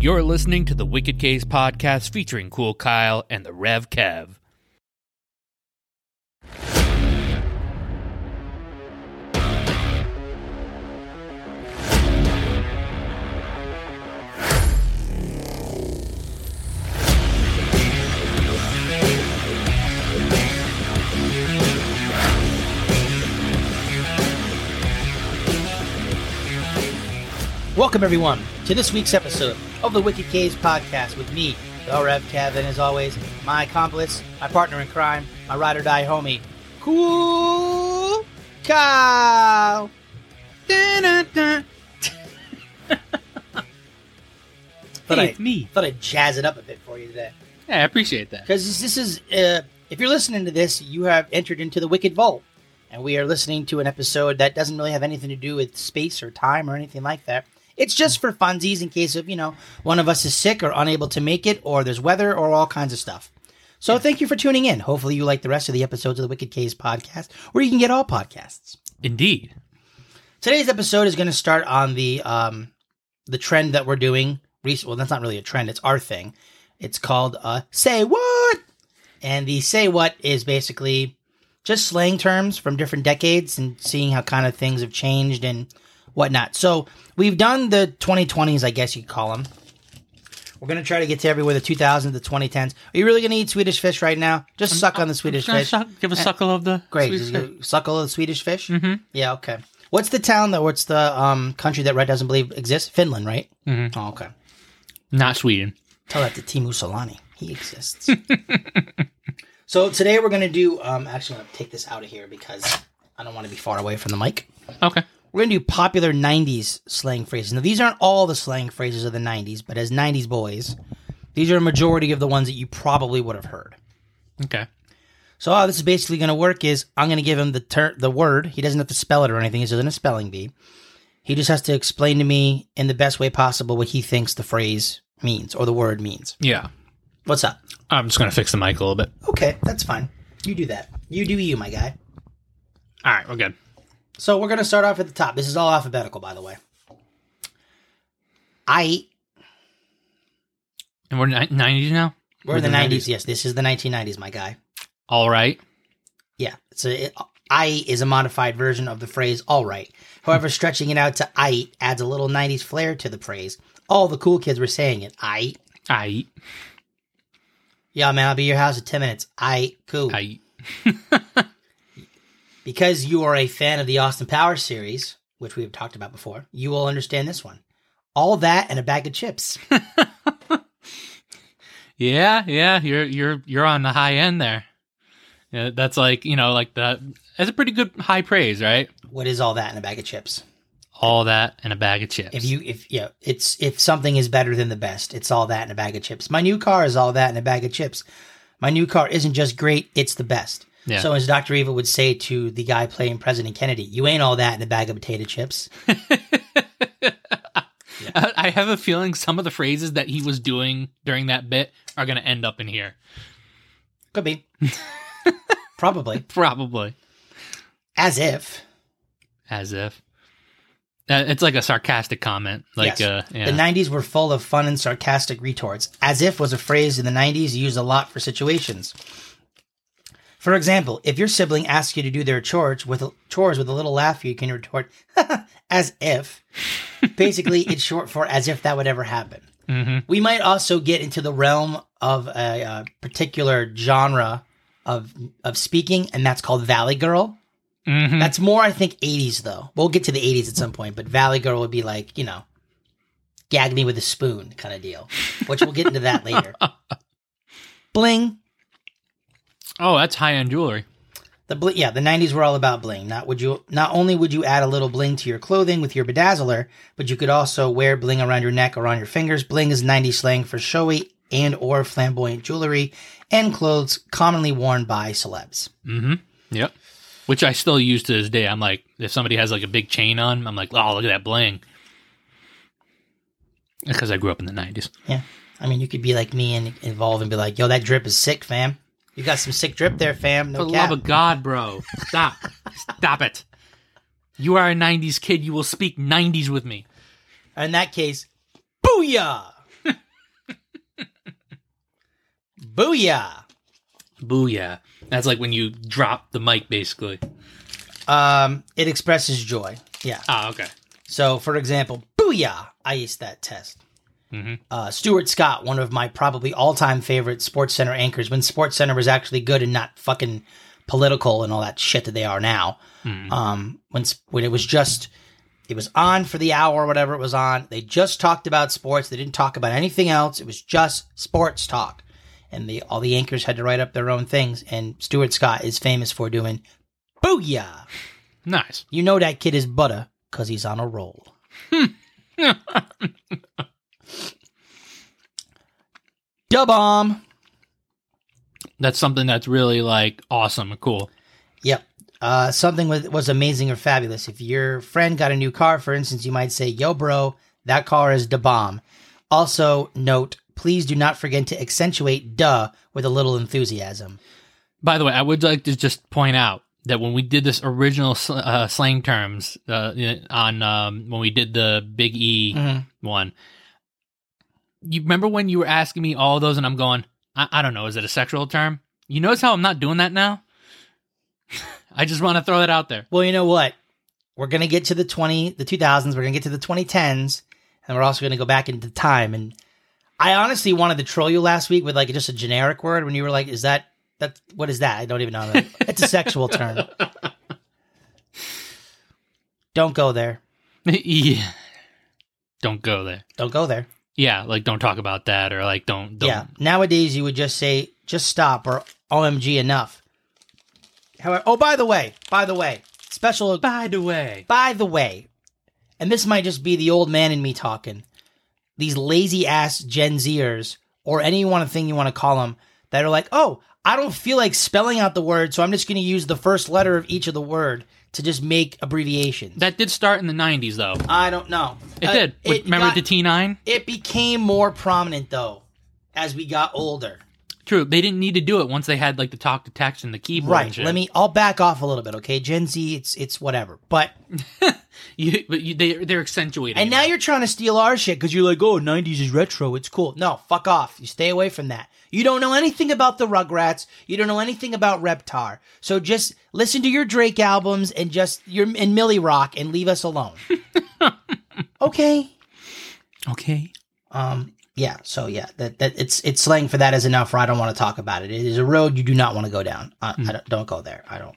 You're listening to the Wicked Case podcast featuring Cool Kyle and the Rev Kev. Welcome, everyone, to this week's episode of the Wicked Caves podcast with me, the Rev Kev, and as always, my accomplice, my partner in crime, my ride or die homie, Cool Kyle. Dun-dun-dun. thought, Hey, I, it's me. thought I'd jazz it up a bit for you today. Yeah, I appreciate that. Because this is, uh, if you're listening to this, you have entered into the Wicked Vault. And we are listening to an episode that doesn't really have anything to do with space or time or anything like that. It's just for funsies in case of, you know, one of us is sick or unable to make it, or there's weather or all kinds of stuff. So thank you for tuning in. Hopefully you like the rest of the episodes of the Wicked Case podcast, where you can get all podcasts. Indeed. Today's episode is going to start on the um the trend that we're doing. Rec- well, that's not really a trend; it's our thing. It's called uh, "Say What," and the "Say What" is basically just slang terms from different decades and seeing how kind of things have changed and whatnot. So we've done the 2020s, I guess you'd call them. We're gonna try to get to everywhere the 2000s, the 2010s. Are you really gonna eat Swedish fish right now? Just suck on the Swedish Can I fish. suck- give a suckle of the Great. Swedish Did fish? you suckle the Swedish fish? Mm-hmm. Yeah, okay. What's the town that, what's the um, country that Red doesn't believe exists? Finland, right? Mm-hmm. Oh, okay. Not Sweden. Tell that to Timu Solani. He exists. so today we're going to do, um, actually, I'm going to take this out of here because I don't want to be far away from the mic. Okay. We're going to do popular 90s slang phrases. Now, these aren't all the slang phrases of the 90s, but as 90s boys, these are a majority of the ones that you probably would have heard. Okay. So how this is basically going to work is I'm going to give him the ter- the word. He doesn't have to spell it or anything. This isn't a spelling bee. He just has to explain to me in the best way possible what he thinks the phrase means or the word means. Yeah. What's up? I'm just going to fix the mic a little bit. Okay, that's fine. You do that. You do you, my guy. All right, we're good. So we're going to start off at the top. This is all alphabetical, by the way. I And we're ni- 90s now? we're in the 90s. Yes, this is the 1990s, my guy. All right. Yeah. So it, I is a modified version of the phrase all right. However, stretching it out to I adds a little 90s flair to the phrase. All the cool kids were saying it. I. I eat. Yeah, man, I'll be at your house in 10 minutes. I. Cool. I eat. Because you are a fan of the Austin Power series, which we've talked about before, you will understand this one. All that and a bag of chips. Yeah, yeah, you're you're you're on the high end there. Yeah, that's like you know, like that. That's a pretty good high praise, right? what is all that and a bag of chips? All that and a bag of chips. If you if yeah, it's if something is better than the best, it's all that and a bag of chips. My new car is all that and a bag of chips. My new car isn't just great, it's the best. Yeah. So as Dr. Eva would say to the guy playing President Kennedy, you ain't all that in a bag of potato chips. I I have a feeling some of the phrases that he was doing during that bit are going to end up in here. Could be. Probably. Probably. As if. As if. Uh, It's like a sarcastic comment. Like, Yes. uh, yeah. The 90s were full of fun and sarcastic retorts. As if was a phrase in the 90s used a lot for situations. For example, if your sibling asks you to do their chores with a, chores with a little laugh, you can retort, as if. Basically, it's short for as if that would ever happen. Mhm. We might also get into the realm of a, uh particular genre of of speaking, and that's called Valley Girl. Mhm. That's more, I think, 80s though. We'll get to the 80s at some point, but Valley Girl would be like, you know, gag me with a spoon kind of deal, which we'll get into that later. Bling. Oh, that's high end jewelry. The bl- yeah, the 90s were all about bling. Not would you not only would you add a little bling to your clothing with your bedazzler, but you could also wear bling around your neck or on your fingers. Bling is 90s slang for showy and or flamboyant jewelry and clothes commonly worn by celebs. hmm Yep. Which I still use to this day. I'm like, if somebody has like a big chain on, I'm like, oh, look at that bling. Because I grew up in the 90s. Yeah. I mean, you could be like me and involved and be like, yo, that drip is sick, fam. You got some sick drip there, fam. For No the cap. love of God, bro. Stop. Stop it. You are a 90s kid. You will speak 90s with me. In that case, booyah! Booyah! Booyah. That's like when you drop the mic, basically. Um, it expresses joy. Yeah. Ah, okay. So, for example, booyah! I aced that test. Mhm. Uh, Stuart Scott, one of my probably all-time favorite Sports Center anchors, when Sports Center was actually good and not fucking political and all that shit that they are now. Hmm. Um, when s- when it was just, it was on for the hour or whatever it was on. They just talked about sports. They didn't talk about anything else. It was just sports talk, and the all the anchors had to write up their own things. And Stuart Scott is famous for doing booyah. Nice. You know that kid is butter because he's on a roll. Dubomb. That's something that's really like awesome and cool. Yep. Uh, something with, was amazing or fabulous. If your friend got a new car, for instance, you might say, Yo, bro, that car is da bomb. Also, note, please do not forget to accentuate duh with a little enthusiasm. By the way, I would like to just point out that when we did this original sl- uh, slang terms uh, on um, when we did the Big E one, you remember when you were asking me all those, and I'm going, I, I don't know, is it a sexual term? You notice how I'm not doing that now. I just want to throw that out there. Well, you know what? We're going to get to the 20, the 2000s. We're going to get to the 2010s. And we're also going to go back into time. And I honestly wanted to troll you last week with like just a generic word when you were like, is that, that, what is that? I don't even know. It's a sexual term. Don't go there. yeah. Don't go there. Don't go there. Yeah, like don't talk about that, or like don't. don't. Yeah. Nowadays, you would just say, just stop or OMG enough. However, oh, by the way, by the way, special, By the way, by the way, and this might just be the old man in me talking, these lazy ass Gen Zers or any one thing you want to call them that are like, oh, I don't feel like spelling out the word, so I'm just going to use the first letter of each of the word to just make abbreviations. that did start in the '90s, though. I don't know. It Uh, did. With- remember got- the T9? it became more prominent though as we got older. True. They didn't need to do it once they had like the talk to text and the keyboard. and Right. shit. Let me. I'll back off a little bit. Okay, Gen Z. It's it's whatever. But You, but you, they they're accentuating. and it. now you're trying to steal our shit because you're like, oh, '90s is retro. It's cool. No, fuck off. You stay away from that. You don't know anything about the Rugrats. You don't know anything about Reptar. So just listen to your Drake albums and just your and Millie Rock and leave us alone. okay. okay. Um. Yeah. So yeah, that that it's it's slang for that is enough. Or I don't want to talk about it. It is a road you do not want to go down. I, I don't, don't go there. I don't.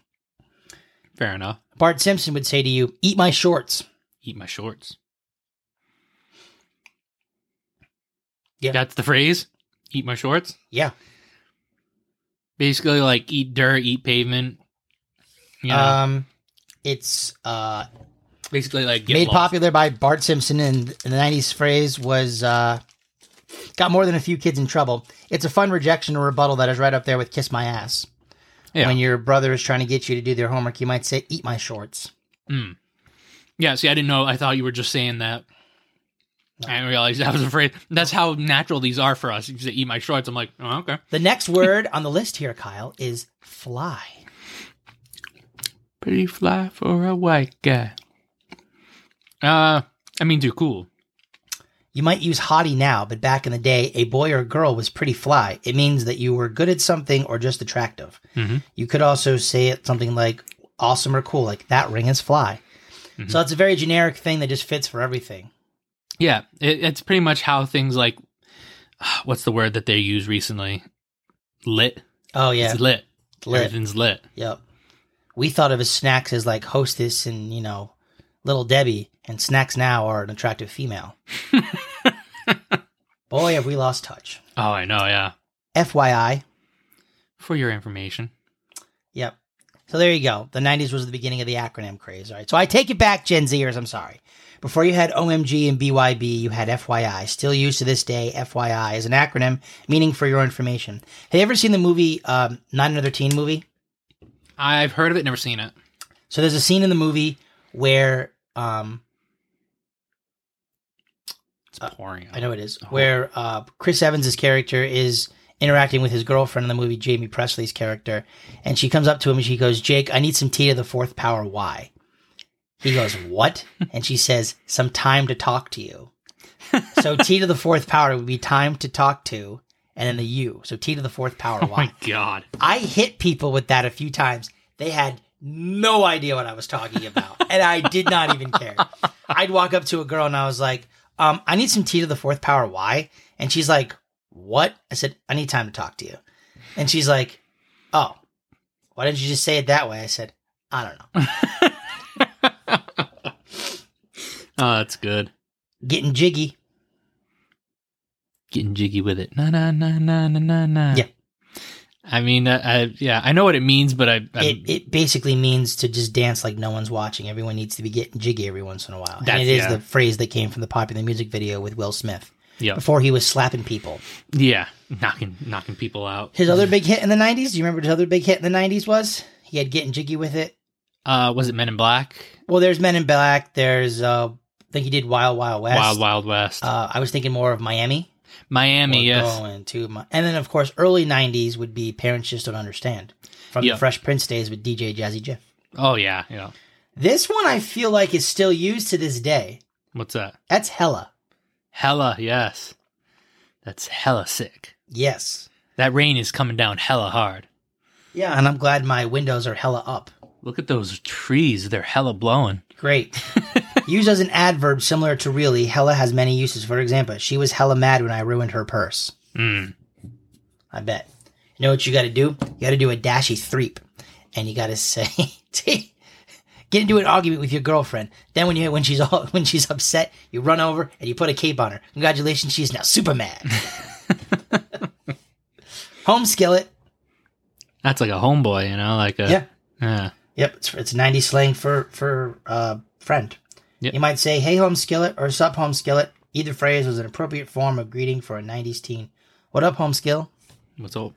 Fair enough. Bart Simpson would say to you, "Eat my shorts." Eat my shorts. Yeah. That's the phrase. Eat my shorts. Yeah. Basically, like eat dirt, eat pavement. You know, Um, it's uh, basically like get made lost. popular by Bart Simpson, and the '90s phrase was uh, "Got more than a few kids in trouble." It's a fun rejection or rebuttal that is right up there with "Kiss my ass." Yeah. When your brother is trying to get you to do their homework, you might say, "Eat my shorts." Yeah, see, I didn't know. I thought you were just saying that. I didn't realize that was a phrase. That's how natural these are for us. You say, eat my shorts. I'm like, oh, okay. The next word on the list here, Kyle, is "fly." Pretty fly for a white guy. Uh, I mean, too cool. You might use hottie now, but back in the day, a boy or girl was pretty fly. It means that you were good at something or just attractive. Mhm. You could also say it something like awesome or cool, like that ring is fly. So it's a very generic thing that just fits for everything. Yeah, it, it's pretty much how things like, what's the word that they use recently? Lit. Oh yeah, It's lit. lit. Everything's lit. Yep. We thought of his snacks as like hostess and you know, little Debbie, and snacks now are an attractive female. Boy, have we lost touch. Oh, I know. Yeah. FYI, For your information. Yep. So there you go. The 90s was the beginning of the acronym craze. All right. So I take it back, Gen Zers. I'm sorry. Before you had OMG and BYB, you had FYI. Still used to this day, FYI is an acronym meaning for your information. Have you ever seen the movie, um, Not Another Teen movie? I've heard of it, never seen it. So there's a scene in the movie where, um, It's pouring. I know it is, Oh. where uh, Chris Evans' character is interacting with his girlfriend in the movie, Jamie Presley's character, and she comes up to him and she goes, Jake, I need some tea to the fourth power. Why? He goes, What? and she says, Some time to talk to you. so T to the fourth power would be time to talk to, and then the U. So T to the fourth power Oh my Y. god. I hit people with that a few times. They had no idea what I was talking about, and I did not even care. I'd walk up to a girl and I was like, um, "I need some T to the fourth power Y," and she's like, "What?" I said, "I need time to talk to you," and she's like, "Oh, why didn't you just say it that way?" I said, "I don't know." Oh, that's good. Getting jiggy. Getting jiggy with it. Na na na na na na na. Yeah. I mean, uh, I yeah, I know what it means, but I, I It, it basically means to just dance like no one's watching. Everyone needs to be getting jiggy every once in a while. and That's- it is yeah. the phrase that came from the popular music video with Will Smith. Yeah. Before he was slapping people. yeah, knocking knocking people out. His other big hit in the 90s, do you remember what his other big hit in the 90s was? He had Getting Jiggy with It. Uh, was it Men in Black? Well, there's Men in Black. There's, uh, I think he did Wild Wild West. Wild Wild West. Uh, I was thinking more of Miami. Miami. Or Yes. Going to Mi- and then, of course, early 90s would be Parents Just Don't Understand from Yeah. the Fresh Prince days with DJ Jazzy Jeff. Oh yeah. Yeah. This one I feel like is still used to this day. What's that? That's hella. Hella. Yes. That's hella sick. Yes. That rain is coming down hella hard. Yeah. And I'm glad my windows are hella up. Look at those trees. They're hella blowing. Great. Used as an adverb similar to really, hella has many uses. For example, she was hella mad when I ruined her purse. Mm. I bet. You know what you got to do? You got to do a dashy threep, and you got to say, "T- "Get into an argument with your girlfriend." Then when you when she's all when she's upset, you run over and you put a cape on her. Congratulations, she's now super mad. Home skillet. That's like a homeboy, you know, like a Yeah. yeah. Yep, it's it's 90 slang for for uh, friend. Yep. You might say "Hey, home skillet" or "Sup, home skillet." Either phrase was an appropriate form of greeting for a 90s teen. What up, home skill? What's old?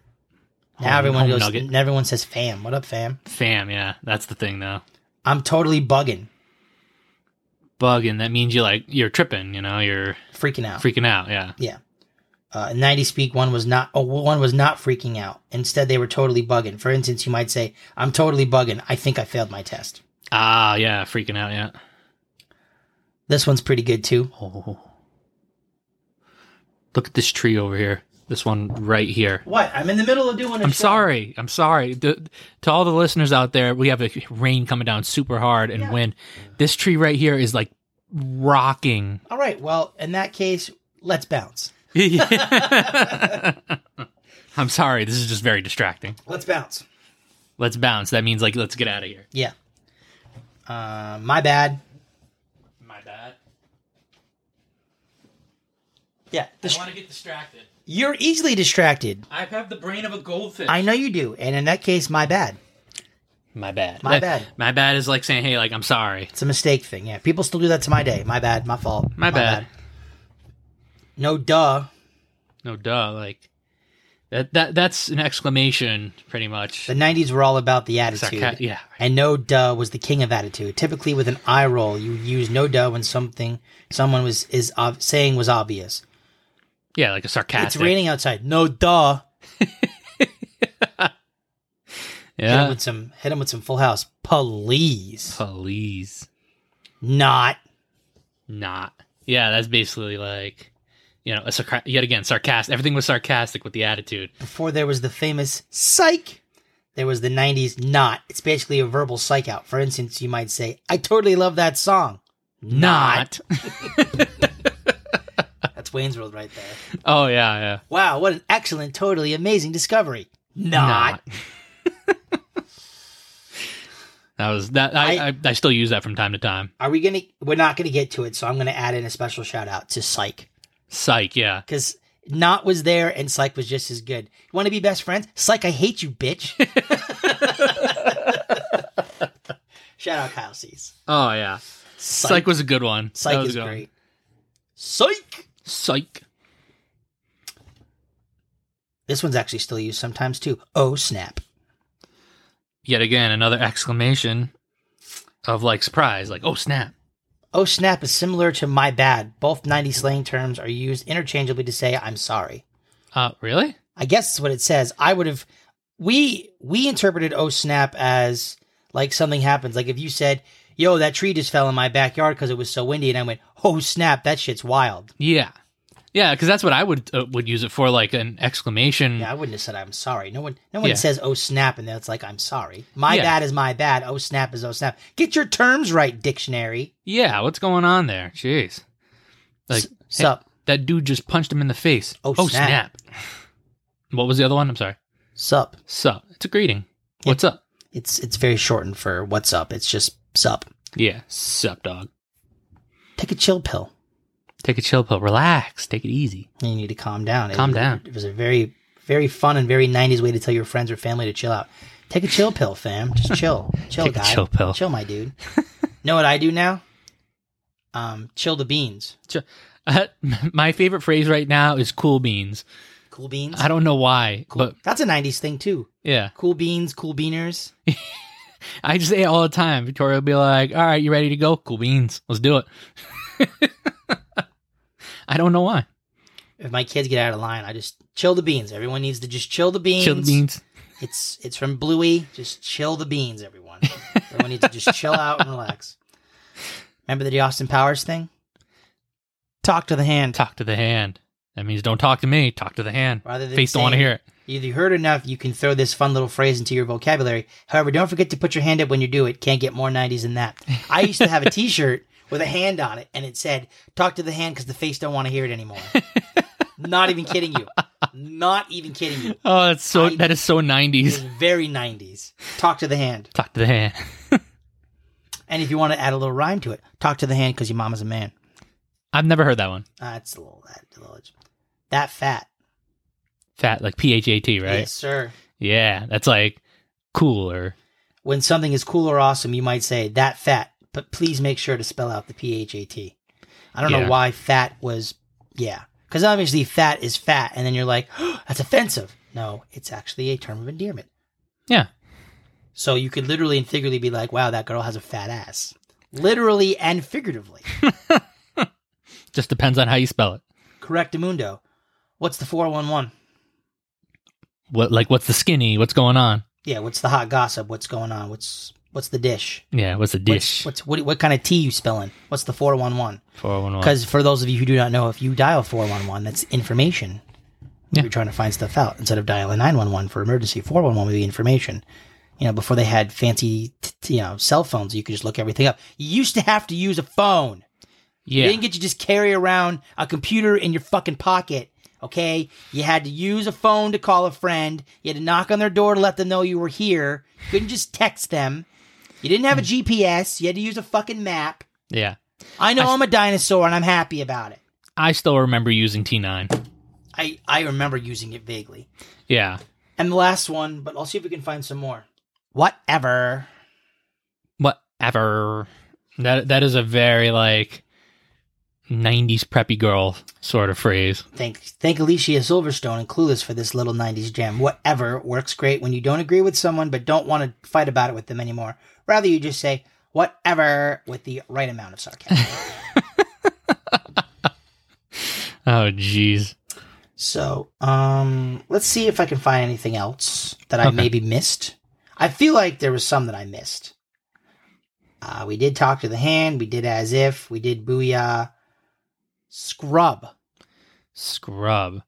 Now Home- everyone home goes. nugget. Everyone says "fam." What up, fam? Fam, yeah, that's the thing though. I'm totally bugging, Bugging that means you like you're tripping, you know, you're freaking out. freaking out, yeah. uh, in 90s speak, one was not. Oh, one was not freaking out. Instead, they were totally bugging. For instance, you might say, "I'm totally bugging. I think I failed my test." Ah, yeah, freaking out, yeah. This one's pretty good too. Oh. Look at this tree over here. This one right here. What? I'm in the middle of doing. A I'm show. sorry. I'm sorry. To, to all the listeners out there, we have a rain coming down super hard and Yeah. wind. This tree right here is like rocking. All right. Well, in that case, let's bounce. I'm sorry. This is just very distracting. Let's bounce. Let's bounce. That means like let's get out of here. Yeah. Uh, my bad. My bad. Yeah. to get distracted. You're easily distracted. I have the brain of a goldfish. I know you do. And in that case, my bad. My bad. My That- bad. My bad is like saying, hey, like, I'm sorry. It's a mistake thing. Yeah. People still do that to my day. My bad. My fault. My, bad. No duh. No, duh. Like, that, that that's an exclamation, pretty much. The 90s were all about the Sarca- attitude. yeah. And no duh was the king of attitude. Typically with an eye roll, you use no duh when something someone was is ob- saying was obvious. Yeah, like a sarcastic. It's raining outside. No duh. Hit him Yeah. with some hit him with some full house. Please. Please. Not. Not. Yeah, that's basically like, you know, a sarca- yet again, sarcastic. Everything was sarcastic with the attitude. Before there was the famous psych, there was the 90s not. It's basically a verbal psych out. For instance, you might say, I totally love that song. Not. That's Wayne's World right there. oh, yeah, yeah. Wow, what an excellent, totally amazing discovery. Not. that was that. I, I I still use that from time to time. Are we going to, we're not going to get to it, so I'm going to add in a special shout out to psych. Psych, yeah. Because not was there and psych was just as good. Want to be best friends? Psych, I hate you, bitch. shout out Kyle Cease. Oh yeah. Psych, was a good one. That Psych was is a good one. great. Psych! Psych. This one's actually still used sometimes too. Oh snap! Yet again, another exclamation of like surprise, like oh snap. Oh snap is similar to my bad. Both 90s slang terms are used interchangeably to say I'm sorry. Uh, really? I guess that's what it says. I would have we we interpreted oh snap as like something happens. Like if you said, "Yo, that tree just fell in my backyard because it was so windy," and I went, "Oh snap, that shit's wild." Yeah. Yeah, because that's what I would uh, would use it for, like an exclamation. Yeah, I wouldn't have said I'm sorry. No one, no one Mm. Yeah. says "oh snap" and that's like I'm sorry. My Yeah. bad is my bad. Oh snap is oh snap. Get your terms right, dictionary. Yeah, what's going on there? Jeez, like Sup, that dude just punched him in the face. Oh, snap. snap. What was the other one? I'm sorry. sup. Sup. It's a greeting. What's up? It's it's very shortened for what's up. It's just sup. Yeah. Sup, dog. Take a chill pill. Take a chill pill. Relax. Take it easy. You need to calm down. It- Calm down. It was a very very fun and very 90s way to tell your friends or family to chill out. Take a chill pill, fam. Just chill, chill, Take guy. a chill pill. Chill, my dude. know what I do now? Um, chill the beans. Uh, my favorite phrase right now is cool beans. Cool beans. I don't know why, Cool. but That's a 90s thing too. yeah. Cool beans, cool beaners. I just say it all the time. Victoria will be like, all right, you ready to go? Cool beans. Let's do it. I don't know why. If my kids get out of line, I just chill the beans. Everyone needs to just chill the beans. Chill the beans. It's it's from Bluey. Just chill the beans, everyone. everyone needs to just chill out and relax. Remember the Austin Powers thing? Talk to the hand. Talk to the hand. That means don't talk to me. Talk to the hand. Rather than Face don't want to saying- hear it. If you heard enough, you can throw this fun little phrase into your vocabulary. However, don't forget to put your hand up when you do it. Can't get more 90s than that. I used to have a t-shirt with a hand on it, and it said, talk to the hand because the face don't want to hear it anymore. Not even kidding you. Not even kidding you. Oh, that's so. I- that is so It was nineties. very 90s. Talk to the hand. Talk to the hand. And if you want to add a little rhyme to it, talk to the hand because your mama's a man. I've never heard that one. That's a little, that, a little, that fat. Fat like P H A T, right? Yes, sir. Yeah, that's like cool or When something is cool or awesome, you might say that fat, but please make sure to spell out the P H A T. I don't Yeah. know why fat was, yeah. Because obviously fat is fat, and then you're like, that's offensive. No, it's actually a term of endearment. Yeah. So you could literally and figuratively be like, wow, that girl has a fat ass. Literally and figuratively. just depends on how you spell it. Correct, Mundo. What's the 411? What like what's the skinny? What's going on? Yeah, what's the hot gossip? What's going on? What's what's the dish? Yeah, what's the dish? What's, what's what what kind of tea you spilling? What's the 411? Four one one. Because for those of you who do not know, if you dial 411, that's information. Yeah. You're trying to find stuff out instead of dialing 911 for emergency. 411 would be information. You know, before they had fancy, t- t- you know, cell phones, you could just look everything up. You used to have to use a phone. They Yeah, didn't get to just carry around a computer in your fucking pocket. Okay, you had to use a phone to call a friend. You had to knock on their door to let them know you were here. You couldn't just text them. You didn't have a GPS. You had to use a fucking map. yeah. I know I- I, am a dinosaur, and I'm happy about it. I still remember using T nine. I, I remember using it vaguely. Yeah, And the last one, but I'll see if we can find some more. Whatever. whatever. That that is a very like nineties preppy girl sort of phrase. Thank thank Alicia Silverstone and Clueless for this little 90s gem. Whatever works great when you don't agree with someone but don't want to fight about it with them anymore. Rather, you just say whatever with the right amount of sarcasm. Oh, jeez. so, um, let's see if I can find anything else that I Okay. maybe missed. I feel like there was some that I missed. Uh, we did talk to the hand. We did as if. We did booyah. Scrub. Scrub.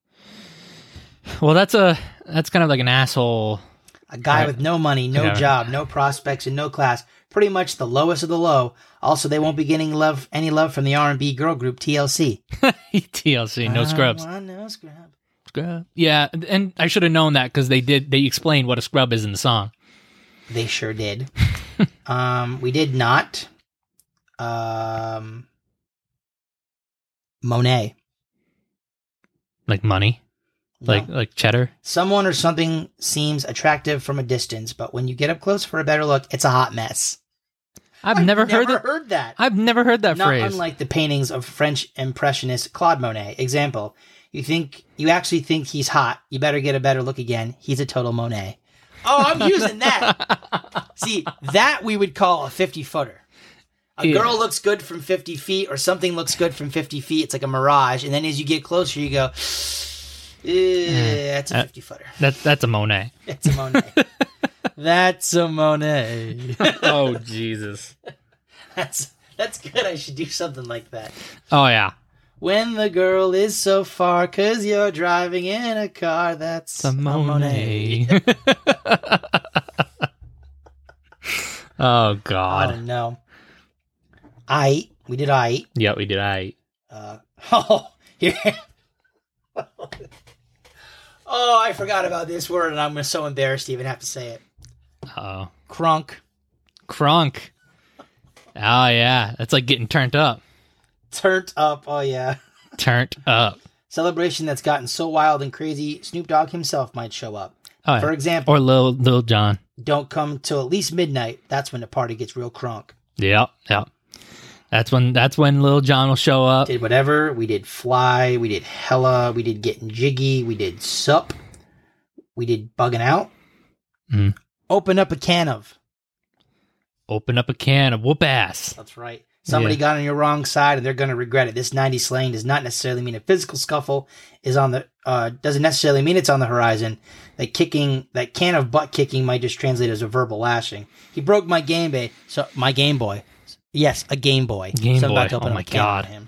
Well, that's a that's kind of like an asshole. A guy Right. with no money, no Yeah. job, no prospects, and no class. Pretty much the lowest of the low. Also, they won't be getting love any love from the R and B girl group TLC. TLC, no I scrubs. want Uh, no scrub. Scrub. Yeah, and- and I should have known that because they did. They explained what a scrub is in the song. They sure did. um, we did not. Um, Monet, Like money, No. like like cheddar. someone or something seems attractive from a distance, but when you get up close for a better look, it's a hot mess. I've, never, heard that. Heard that. I've never heard that not phrase. unlike the paintings of French impressionist Claude Monet. Example: You think you actually think he's hot? You better get a better look again. He's a total Monet. Oh, I'm using that. See, that we would call a 50 footer. A Yeah. girl looks good from 50 feet, or something looks good from 50 feet. It's like a mirage, and then as you get closer, you go, "Eh, "That's Uh, a 50 footer. that that's a Monet. That's a Monet. that's a Monet. oh Jesus. that's that's good. I should do something like that." Oh yeah. When the girl is so far, cause you're driving in a car that's a Monet. oh God. Oh no. I we did I Yeah, we did. I. uh oh here. oh I forgot about this word and I'm so embarrassed to even have to say it. Oh, Crunk. crunk. Oh yeah, that's like getting turned up. Turned up. Oh yeah. Turned up. Celebration that's gotten so wild and crazy, Snoop Dogg himself might show up. Oh, yeah. For example, or Lil Lil John. don't come till at least midnight. That's when the party gets real crunk. Yeah, yeah. That's when that's when Lil John will show up. did whatever. We did fly. We did hella. We did getting jiggy. We did sup. We did bugging out. Mm. Open up a can of. Open up a can of whoop ass. That's right. Somebody Yeah. got on your wrong side, and they're going to regret it. This '90s slaying does not necessarily mean a physical scuffle is on the. Uh, doesn't necessarily mean it's on the horizon. That kicking, that can of butt kicking, might just translate as a verbal lashing. He broke my Game Boy. So my Game Boy. Yes, a Game Boy. Game So I'm about Boy. to open Oh up my a can on God. him.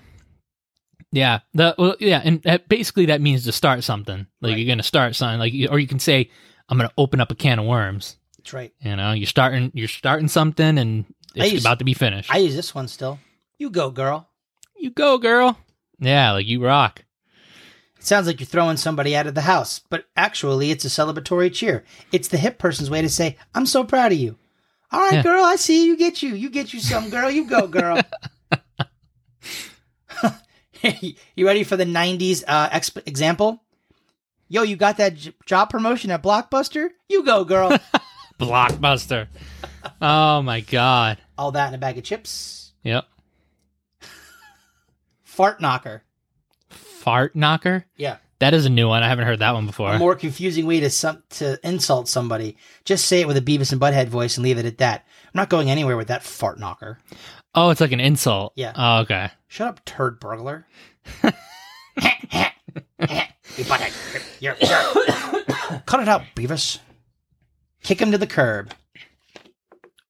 Yeah. The well, yeah, and that, basically that means to start something. Like Right. you're gonna start something. Like you- or you can say, I'm gonna open up a can of worms. That's right. You know, you're starting you're starting something and I it's used- about to be finished. I use this one still. You go, girl. you go, girl. Yeah, like you rock. It sounds like you're throwing somebody out of the house, but actually, it's a celebratory cheer. It's the hip person's way to say, I'm so proud of you. All right, Yeah. girl, I see you. Get you. You get you some, girl. You go, girl. you ready for the 90s uh, exp- example? Yo, you got that j- job promotion at Blockbuster? You go, girl. Blockbuster. oh my god. All that in a bag of chips. Yep. Fart knocker. Fart knocker? Yeah. That is a new one. I haven't heard that one before. a more confusing way to some, to insult somebody. Just say it with a Beavis and Butthead voice and leave it at that. I'm not going anywhere with that fart knocker. oh, it's like an insult. Yeah. Oh, okay. Shut up, turd burglar. you butthead. You're- you're- Cut it out, Beavis. Kick him to the curb.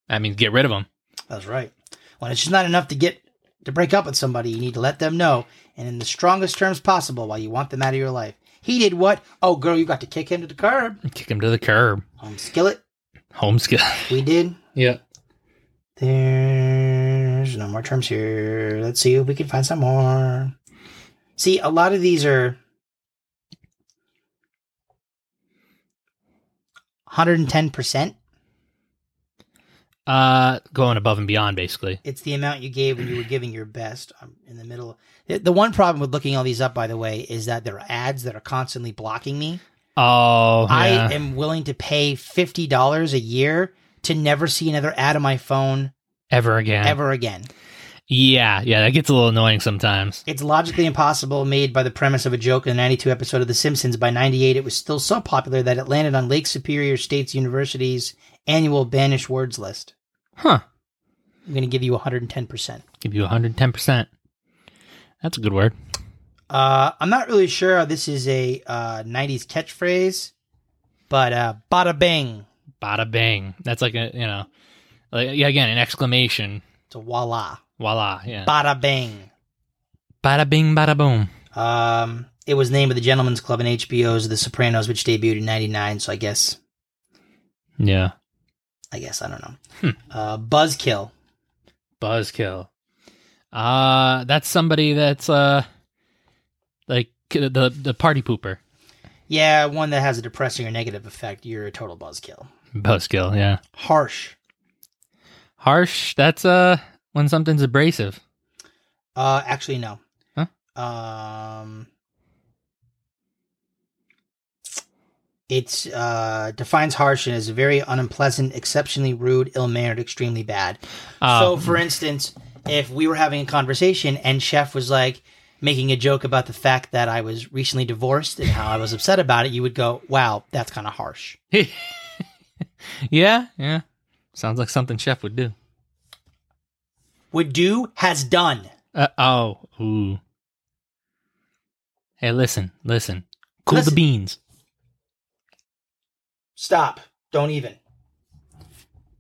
That means get rid of them. That's right. When it's just not enough to get to break up with somebody, you need to let them know, and in the strongest terms possible, why you want them out of your life. He did what? Oh, girl, you got to kick him to the curb. Kick him to the curb. Um, skillet, Home skill. we did. Yeah. There's no more terms here. Let's see if we can find some more. See, a lot of these are 110%. Uh, going above and beyond, basically. It's the amount you gave when you were giving your best. I'm in the middle. The- The one problem with looking all these up, by the way, is that there are ads that are constantly blocking me. Oh, yeah. I am willing to pay $50 a year to never see another ad on my phone ever again. ever again. Yeah, yeah. That gets a little annoying sometimes. It's logically impossible, made by the premise of a joke in the 92 episode of The Simpsons. By 98, it was still so popular that it landed on Lake Superior State's University's annual banished words list. Huh? I'm going to give you 110%. Give you 110. percent That's a good word. Uh, I'm not really sure how this is a uh, 90s catchphrase, but uh, bada bang. Bada bang. That's like a you know, like yeah, again, an exclamation. It's a voila. Voila. Yeah. Bada bang. Bada bing, bada boom. Um, it was named of the Gentlemen's Club and HBO's The Sopranos, which debuted in 99, so I guess, Yeah. I guess, I don't know. Hmm. Uh, Buzzkill. Buzzkill. Uh, that's somebody that's uh, like the the party pooper. Yeah, one that has a depressing or negative effect, you're a total buzzkill. Buzzkill. Yeah. Harsh. Harsh. That's uh when something's abrasive. Uh actually no. Huh? Um It's uh defines harsh as very unpleasant, exceptionally rude, ill mannered, extremely bad. Uh, so for instance, if we were having a conversation and Chef was like making a joke about the fact that I was recently divorced and how I was upset about it, you would go, Wow, that's kinda harsh. yeah, yeah. Sounds like something Chef would do. Would do has done. Uh, oh, ooh. Hey, listen, listen. Cool Listen. the beans. Stop. Don't even.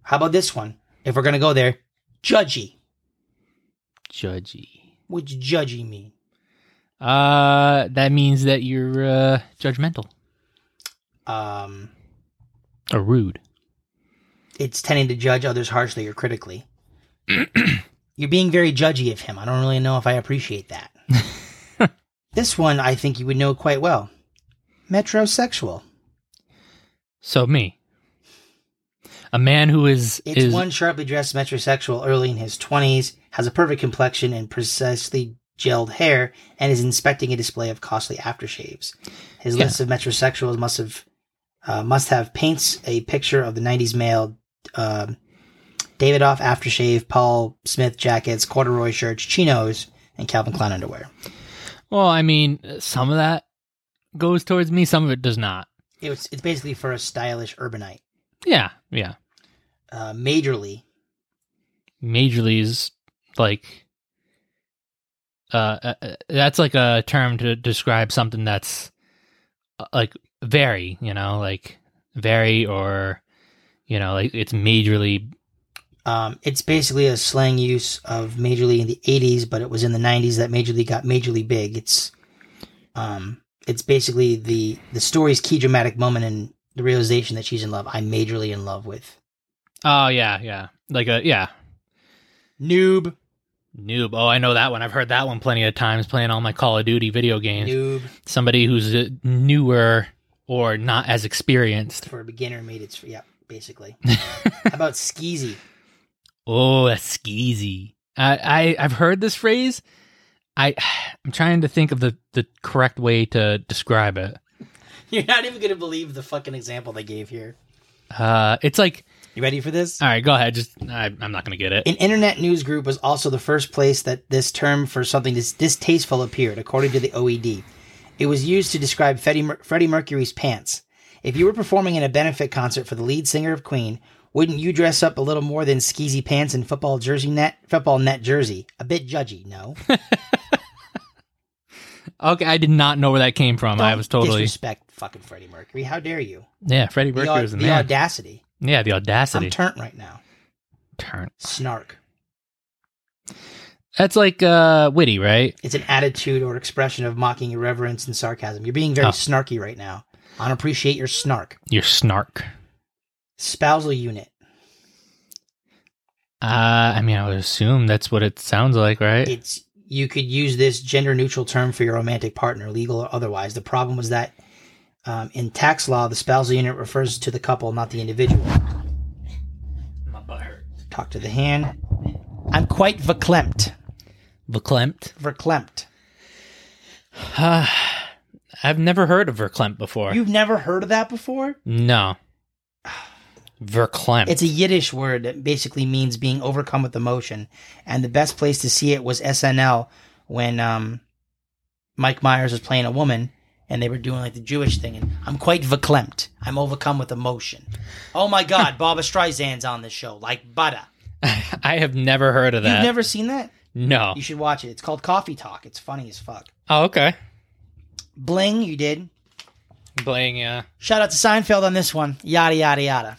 How about this one? If we're going to go there, judgy. Judgy. What's judgy mean? Uh, that means that you're uh, judgmental Um, or rude. it's tending to judge others harshly or critically. You're being very judgy of him. I don't really know if I appreciate that. this one I think you would know quite well. Metrosexual. So me, a man who is It's is one sharply dressed metrosexual early in his 20s, has a perfect complexion and precisely gelled hair, and is inspecting a display of costly aftershaves. His Yeah. list of metrosexuals must have uh, must have paints a picture of the 90s male um Davidoff aftershave, Paul Smith jackets, corduroy shirts, chinos, and Calvin Klein underwear. well. I mean, some of that goes towards me. Some of it does not. It was, it's basically for a stylish urbanite. Yeah, yeah. Uh, majorly, majorly is like uh, uh uh, that's like a term to describe something that's uh, like very you know like very or you know like it's majorly Um, it's basically a slang use of Major League in the '80s, but it was in the '90s that Major League got majorly big. It's, um, it's basically the the story's key dramatic moment and the realization that she's in love. I'm majorly in love with oh yeah yeah like a yeah noob, noob oh i know that one i've heard that one plenty of times playing all my call of duty video games noob somebody who's uh, newer or not as experienced for a beginner made it's yeah basically. How about skeezy? Oh, that's skeezy. I, I I've heard this phrase. I I'm trying to think of the the correct way to describe it. You're not even gonna believe the fucking example they gave here. Uh, it's like You ready for this? all right, go ahead. Just I, I'm not gonna get it. An internet news group was also the first place that this term for something dis- distasteful appeared, according to the OED. It was used to describe Freddie, Mer- Freddie Mercury's pants. If you were performing in a benefit concert for the lead singer of Queen, wouldn't you dress up a little more than skeezy pants and football jersey net football net jersey? A bit judgy, no? Okay, I did not know where that came from. I Don't was totally disrespect fucking Freddie Mercury. How dare you? yeah. Freddie The, Mercury au- was the the man. audacity. yeah, the audacity. I'm turnt right now. Turn. Snark. That's like uh witty, right? It's an attitude or expression of mocking irreverence and sarcasm. You're being very Oh. snarky right now. I don't appreciate your snark. Your snark. spousal unit. Uh, I mean, I would assume that's what it sounds like, right? It's you could use this gender neutral term for your romantic partner, legal or otherwise. The problem was that um, in tax law, the spousal unit refers to the couple, not the individual. My butt hurt. Talk to the hand. I'm quite verklempt. Verklempt. Verklempt. I've never heard of verklempt before. You've never heard of that before? No. Verklempt. It's a Yiddish word that basically means being overcome with emotion. And the best place to see it was SNL when um, Mike Myers was playing a woman and they were doing like the Jewish thing. And I'm quite verklempt. I'm overcome with emotion. Oh my God, Barbara Streisand's on this show like butter. I have never heard of that. You've never seen that? no. You should watch it. It's called Coffee Talk. It's funny as fuck. Oh, okay. Bling, you did. Playing, yeah. Shout out to Seinfeld on this one. Yada, yada, yada.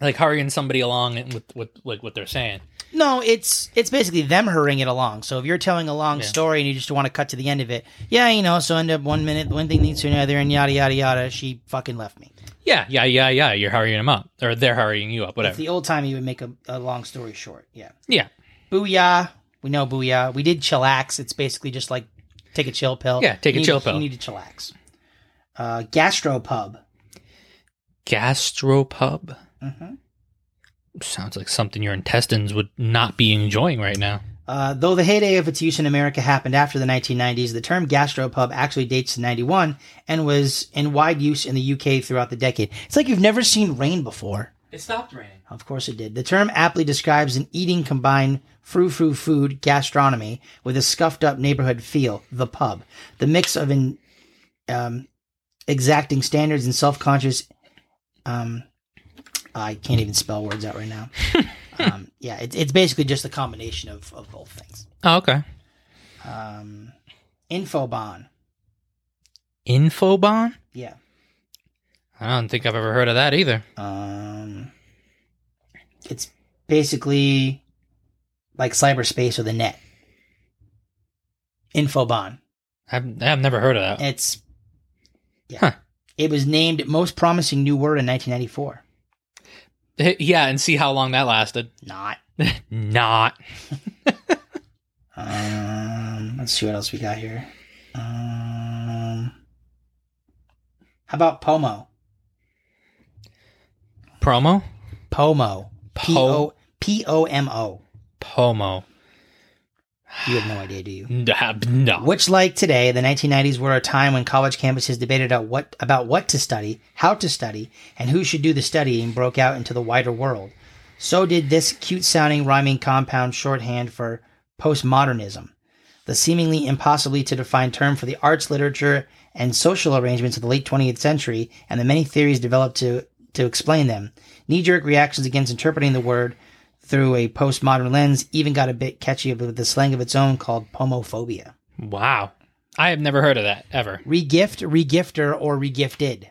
Like hurrying somebody along with, with like what they're saying. No, it's it's basically them hurrying it along. So if you're telling a long Yeah. story and you just want to cut to the end of it, yeah, you know, so end up one minute, one thing leads to another, and yada yada yada. She fucking left me. Yeah, yeah, yeah, yeah. You're hurrying them up, or they're hurrying you up. It's Whatever. the old time you would make a, a long story short. Yeah, yeah, booyah. We know booyah. We did chillax. It's basically just like take a chill pill. Yeah, take a You need- chill pill. You need to chillax. Uh, gastropub. gastropub Mhm. sounds like something your intestines would not be enjoying right now. Uh, though the heyday of its use in America happened after the 1990s, the term gastropub actually dates to 91 and was in wide use in the UK throughout the decade. It's like you've never seen rain before. It stopped raining. Of course it did. The term aptly describes an eating combined frou-frou food gastronomy with a scuffed-up neighborhood feel, the pub. The mix of in, um, exacting standards and self-conscious... Um, I can't even spell words out right now. um, yeah, it, it's basically just a combination of, of both things. Oh, okay. Um, Infobon. Infobon. Yeah. I don't think I've ever heard of that either. Um, it's basically like cyberspace with a net. Infobon. I've, I've never heard of that. It's yeah. Huh. It was named most promising new word in 1994. Yeah, and see how long that lasted. Not. Not. Um, let's see what else we got here. Um, how about Pomo? Promo? Pomo. P Po- O P O M O. Pomo. You have no idea, do you? Nah, No. Which, like today, the 1990s were a time when college campuses debated out what, about what to study, how to study, and who should do the studying broke out into the wider world. So did this cute sounding rhyming compound shorthand for postmodernism, the seemingly impossibly to define term for the arts, literature, and social arrangements of the late 20th century and the many theories developed to, to explain them. Knee jerk reactions against interpreting the word through a postmodern lens even got a bit catchy with a slang of its own called pomophobia. Wow. I have never heard of that ever. Regift, regifter, or regifted.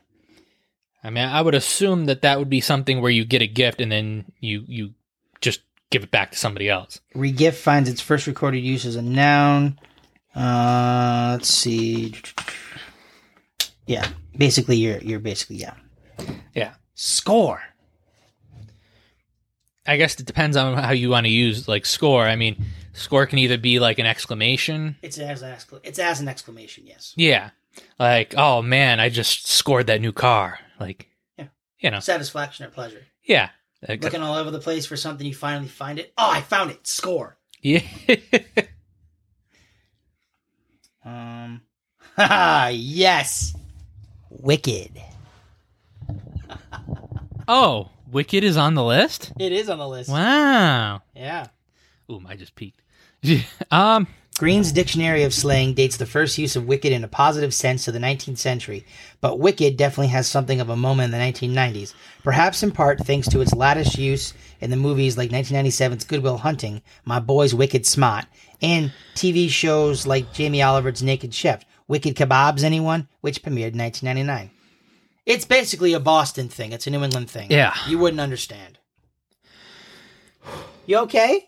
I mean, I would assume that that would be something where you get a gift and then you you just give it back to somebody else. Regift finds its first recorded use as a noun. Uh, let's see. Yeah, basically, you're you're basically yeah. Yeah. Score. I guess it depends on how you want to use like score. I mean, score can either be like an exclamation. It's as an excla- it's as an exclamation. Yes. Yeah. Like, oh man, I just scored that new car. Like, Yeah. you know, Satisfaction or pleasure. yeah. Like, Looking all over the place for something, you finally find it. Oh, I found it. Score. yeah. Um. Haha, yes. Wicked. oh, Wicked is on the list? It is on the list. Wow. Yeah. Ooh, I just peeked. um, Green's Dictionary of Slang dates the first use of wicked in a positive sense to the 19th century, but wicked definitely has something of a moment in the 1990s, perhaps in part thanks to its lattice use in the movies like 1997's Goodwill Hunting, My Boy's Wicked Smart, and TV shows like Jamie Oliver's Naked Chef, Wicked Kebabs Anyone, which premiered in 1999. It's basically a Boston thing, it's a New England thing. Yeah. You wouldn't understand. You okay?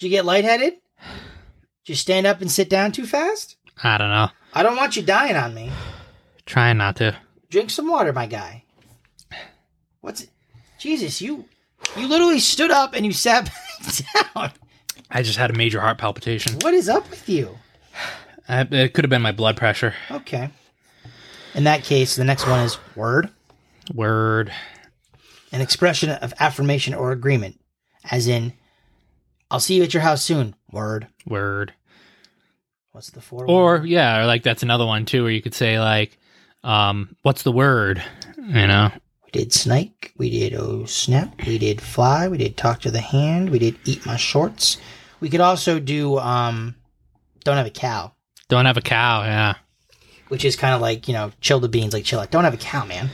Did you get lightheaded? Did you stand up and sit down too fast? I don't know. I don't want you dying on me. Trying not to. Drink some water, my guy. What's it? Jesus, you you literally stood up and you sat back down. I just had a major heart palpitation. What is up with you? I, it could have been my blood pressure. Okay. In that case, the next one is word, Word. an expression of affirmation or agreement, as in, I'll see you at your house soon. Word. Word. What's the four? Or, yeah, or like that's another one too where you could say, like, um, what's the word? You know? We did snake. We did oh snap. We did fly. We did talk to the hand. We did eat my shorts. We could also do um, don't have a cow, Don't have a cow. Yeah. which is kind of like you know chill the beans, like chill out. Don't have a cow, man.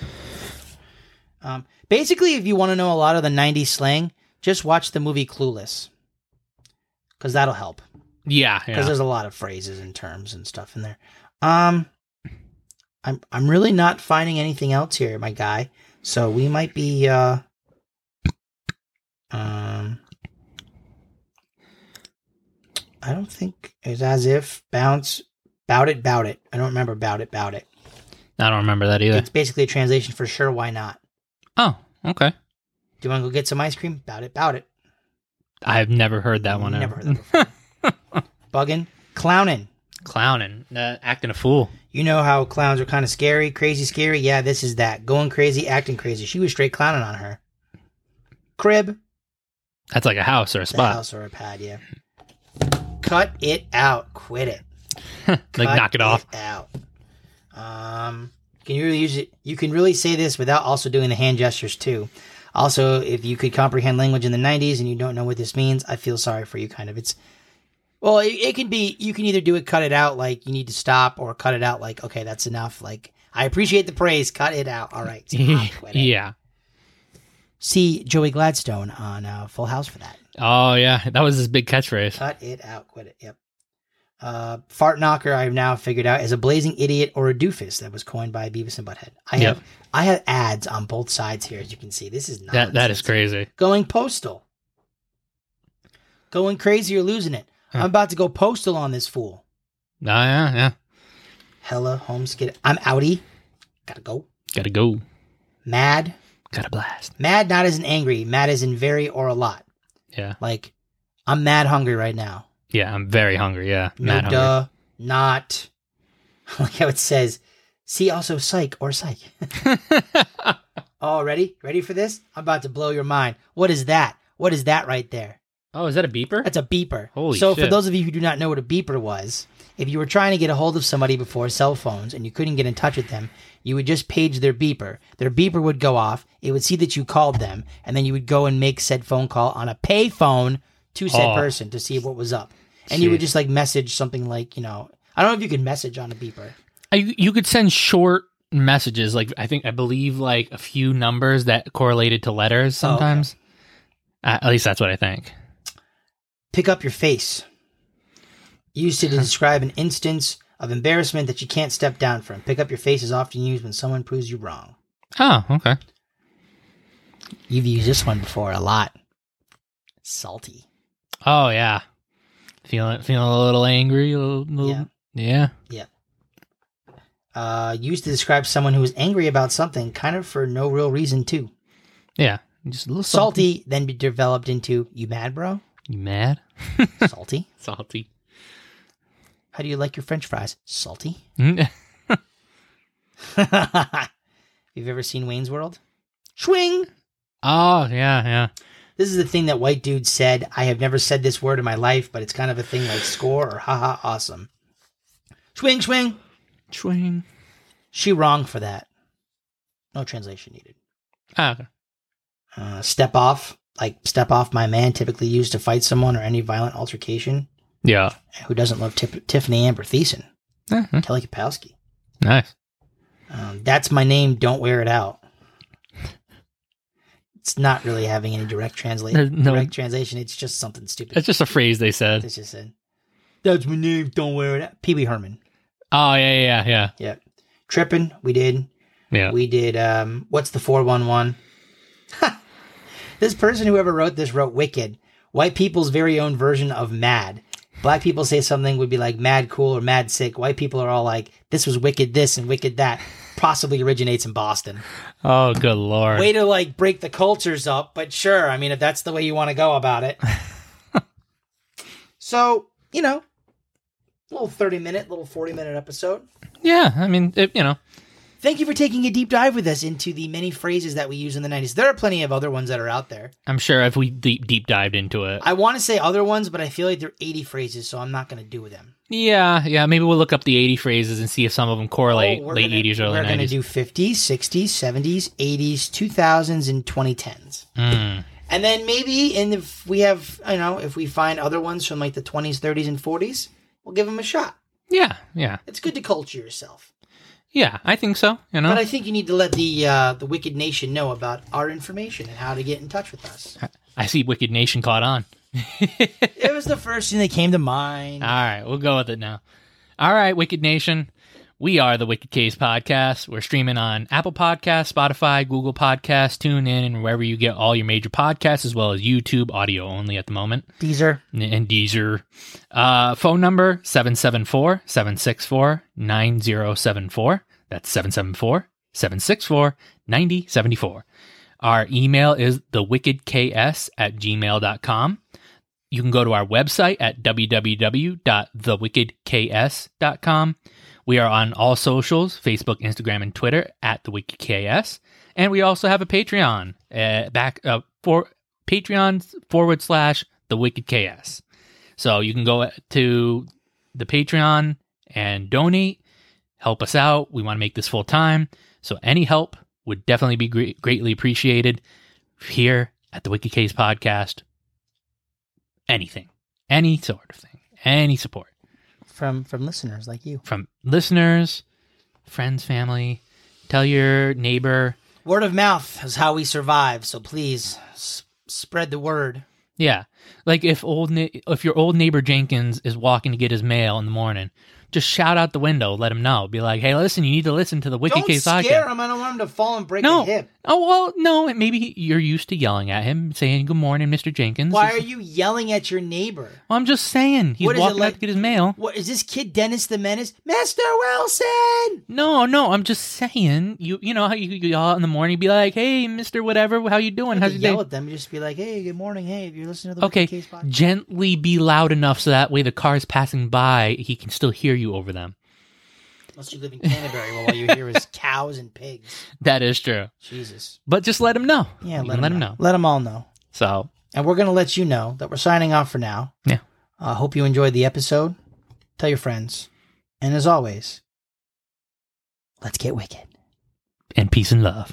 Um, basically, if you want to know a lot of the '90s slang, just watch the movie Clueless, because that'll help. Yeah. Because Yeah. there's a lot of phrases and terms and stuff in there. Um, I'm I'm really not finding anything else here, my guy. So we might be uh, um, I don't think it's as if bounce, bout it, bout it. I don't remember bout it, bout it. I don't remember that either. It's basically a translation for sure. Why not? Oh, okay. Do you want to go get some ice cream? Bout it, bout it. I've never heard that one. Never ever. heard that before. Bugging, clowning. Clowning. Uh, acting a fool. You know how clowns are kind of scary, crazy, scary. Yeah, this is that. Going crazy, acting crazy. She was straight clowning on her. Crib, That's like a house or a the spot. house or a pad, yeah. Cut it out. Quit it. like, Cut knock it off. out. Um, can you really use it? You can really say this without also doing the hand gestures too. Also, if you could comprehend language in the '90s and you don't know what this means, I feel sorry for you. Kind of. It's well, it, it can be. You can either do it, cut it out, like you need to stop, or cut it out, like okay, that's enough. Like I appreciate the praise, cut it out. All right. stop, quit it. yeah. See Joey Gladstone on uh, Full House for that. Oh, yeah. That was his big catchphrase. Cut it out. Quit it. Yep. Uh, fart knocker. I've now figured out is a blazing idiot or a doofus that was coined by Beavis and Butthead. I Yep. have I have ads on both sides here, as you can see. This is not that that is crazy. going postal, going crazy or losing it. Huh. I'm about to go postal on this fool. Oh, yeah, yeah. Hella homeskid. I'm outie. Gotta go. Gotta go. Mad. Gotta blast. Mad not as in angry. Mad as in very or a lot. Yeah. Like, I'm mad hungry right now. Yeah, I'm very hungry. Yeah. No mad hungry. duh. Not. Like how it says. See also psych or psych. Oh, ready? Ready for this? I'm about to blow your mind. What is that? What is that right there? oh, is that a beeper? That's a beeper. Holy so, for shit. those of you who do not know what a beeper was, if you were trying to get a hold of somebody before cell phones and you couldn't get in touch with them, you would just page their beeper. Their beeper would go off. It would see that you called them, and then you would go and make said phone call on a pay phone to said Oh. person to see what was up. And you would Jeez. just like message something like, you know, I don't know if you could message on a beeper. I, you could send short messages, like I think I believe like a few numbers that correlated to letters Oh, okay. sometimes. Uh, at least that's what I think. pick up your face. Used to describe an instance of embarrassment that you can't step down from. Pick up your face is often used when someone proves you wrong. Oh, okay. You've used this one before a lot. Salty. Oh yeah. Feeling feeling a little angry, a little, little- yeah. Uh, used to describe someone who is angry about something, kind of for no real reason, too. Yeah. Just a little salty. Salty then be developed into, you mad, bro? You mad? Salty. Salty. How do you like your french fries? Salty. Mm. You've ever seen Wayne's World? Swing! oh, yeah, yeah. This is the thing that white dude said. I have never said this word in my life, but it's kind of a thing like score or haha awesome. Swing, swing. Swing. She wrong for that. No translation needed. Ah, okay. Uh, step off, like step off my man, typically used to fight someone or any violent altercation. Yeah. Who doesn't love Tip- Tiffany Amber Thiessen? Mhm. Kelly Kapowski. Nice. Um, that's my name. Don't wear it out. It's not really having any direct There's translation. no- Direct translation. It's just something stupid. That's just a phrase they said. That's just it. That's my name. Don't wear it. out." Pee Wee Herman. Oh, yeah, yeah, yeah. Yep. Trippin', we did. Yeah. We did. Um, what's the four one one? This person, whoever wrote this, wrote "Wicked." White people's very own version of "Mad." Black people say something would be like "Mad Cool" or "Mad Sick." White people are all like, "This was wicked, this and wicked that." Possibly originates in Boston. Oh, good lord. Way to like break the cultures up, but sure. I mean, if that's the way you want to go about it. so you know, little thirty minute, little forty minute episode. Yeah, I mean, it, you know. Thank you for taking a deep dive with us into the many phrases that we use in the 90s. There are plenty of other ones that are out there. I'm sure if we deep deep dived into it. I want to say other ones, but I feel like they're 80 phrases, so I'm not going to do them. yeah, yeah. Maybe we'll look up the 80 phrases and see if some of them correlate Oh, we're late gonna- 80s, early We're going to 90s. do 50s, 60s, 70s, 80s, 2000s, and 2010s. Mm. And then maybe in the, if we have, you know, if we find other ones from like the 20s, 30s, and 40s, we'll give them a shot. Yeah, yeah, It's good to culture yourself. yeah. I think so. You know, But I think you need to let the uh, the Wicked Nation know about our information and how to get in touch with us. I see Wicked Nation caught on. it was the first thing that came to mind. All right, we'll go with it now. All right, Wicked Nation. We are the Wicked Case Podcast. We're streaming on Apple Podcasts, Spotify, Google Podcasts, TuneIn, and wherever you get all your major podcasts, as well as YouTube audio only at the moment, Deezer. and- and Deezer. Uh, phone number 774 764 9074. That's 774 764 9074. Our email is thewickedks at gmail.com. You can go to our website at www.thewickedks.com. We are on all socials Facebook, Instagram, and Twitter at thewickedks. And we also have a Patreon uh, back uh, for Patreon forward slash thewickedks. So you can go to the Patreon and donate, help us out. We want to make this full time. So any help would definitely be gre- greatly appreciated here at the Wicked Case Podcast anything, any sort of thing, any support from from listeners like you. from listeners, friends, family. Tell your neighbor. Word of mouth is how we survive, so please s- spread the word. Yeah, like if old ne- if your old neighbor Jenkins is walking to get his mail in the morning, just shout out the window, let him know. Be like, hey, listen, you need to listen to the Don't WikiCase scare podcast. him. I don't want him to fall and break No. a hip. Oh well, no, maybe he- you're used to yelling at him, saying good morning, Mister Jenkins. Why are you yelling at your neighbor? Well, I'm just saying he's What is it walking like- out to get his mail. What is this kid Dennis the Menace? Master Wilson! No, no, I'm just saying you you know how you you yell out in the morning, be like, hey, Mister whatever, how you doing? You have How's to your yell day? at them and just be like, hey, good morning. Hey, if you're listening to the Okay, Case podcast. gently be loud enough so that way the cars passing by, he can still hear you over them. Unless you live in Canterbury, well, all you hear is cows and pigs. That is true. Jesus. But just let him know. Yeah, You can let, them, let him know. know. Let them all know. So And we're going to let you know that we're signing off for now. Yeah. I hope you enjoyed the episode. Tell your friends. And as always, let's get wicked. and peace and love.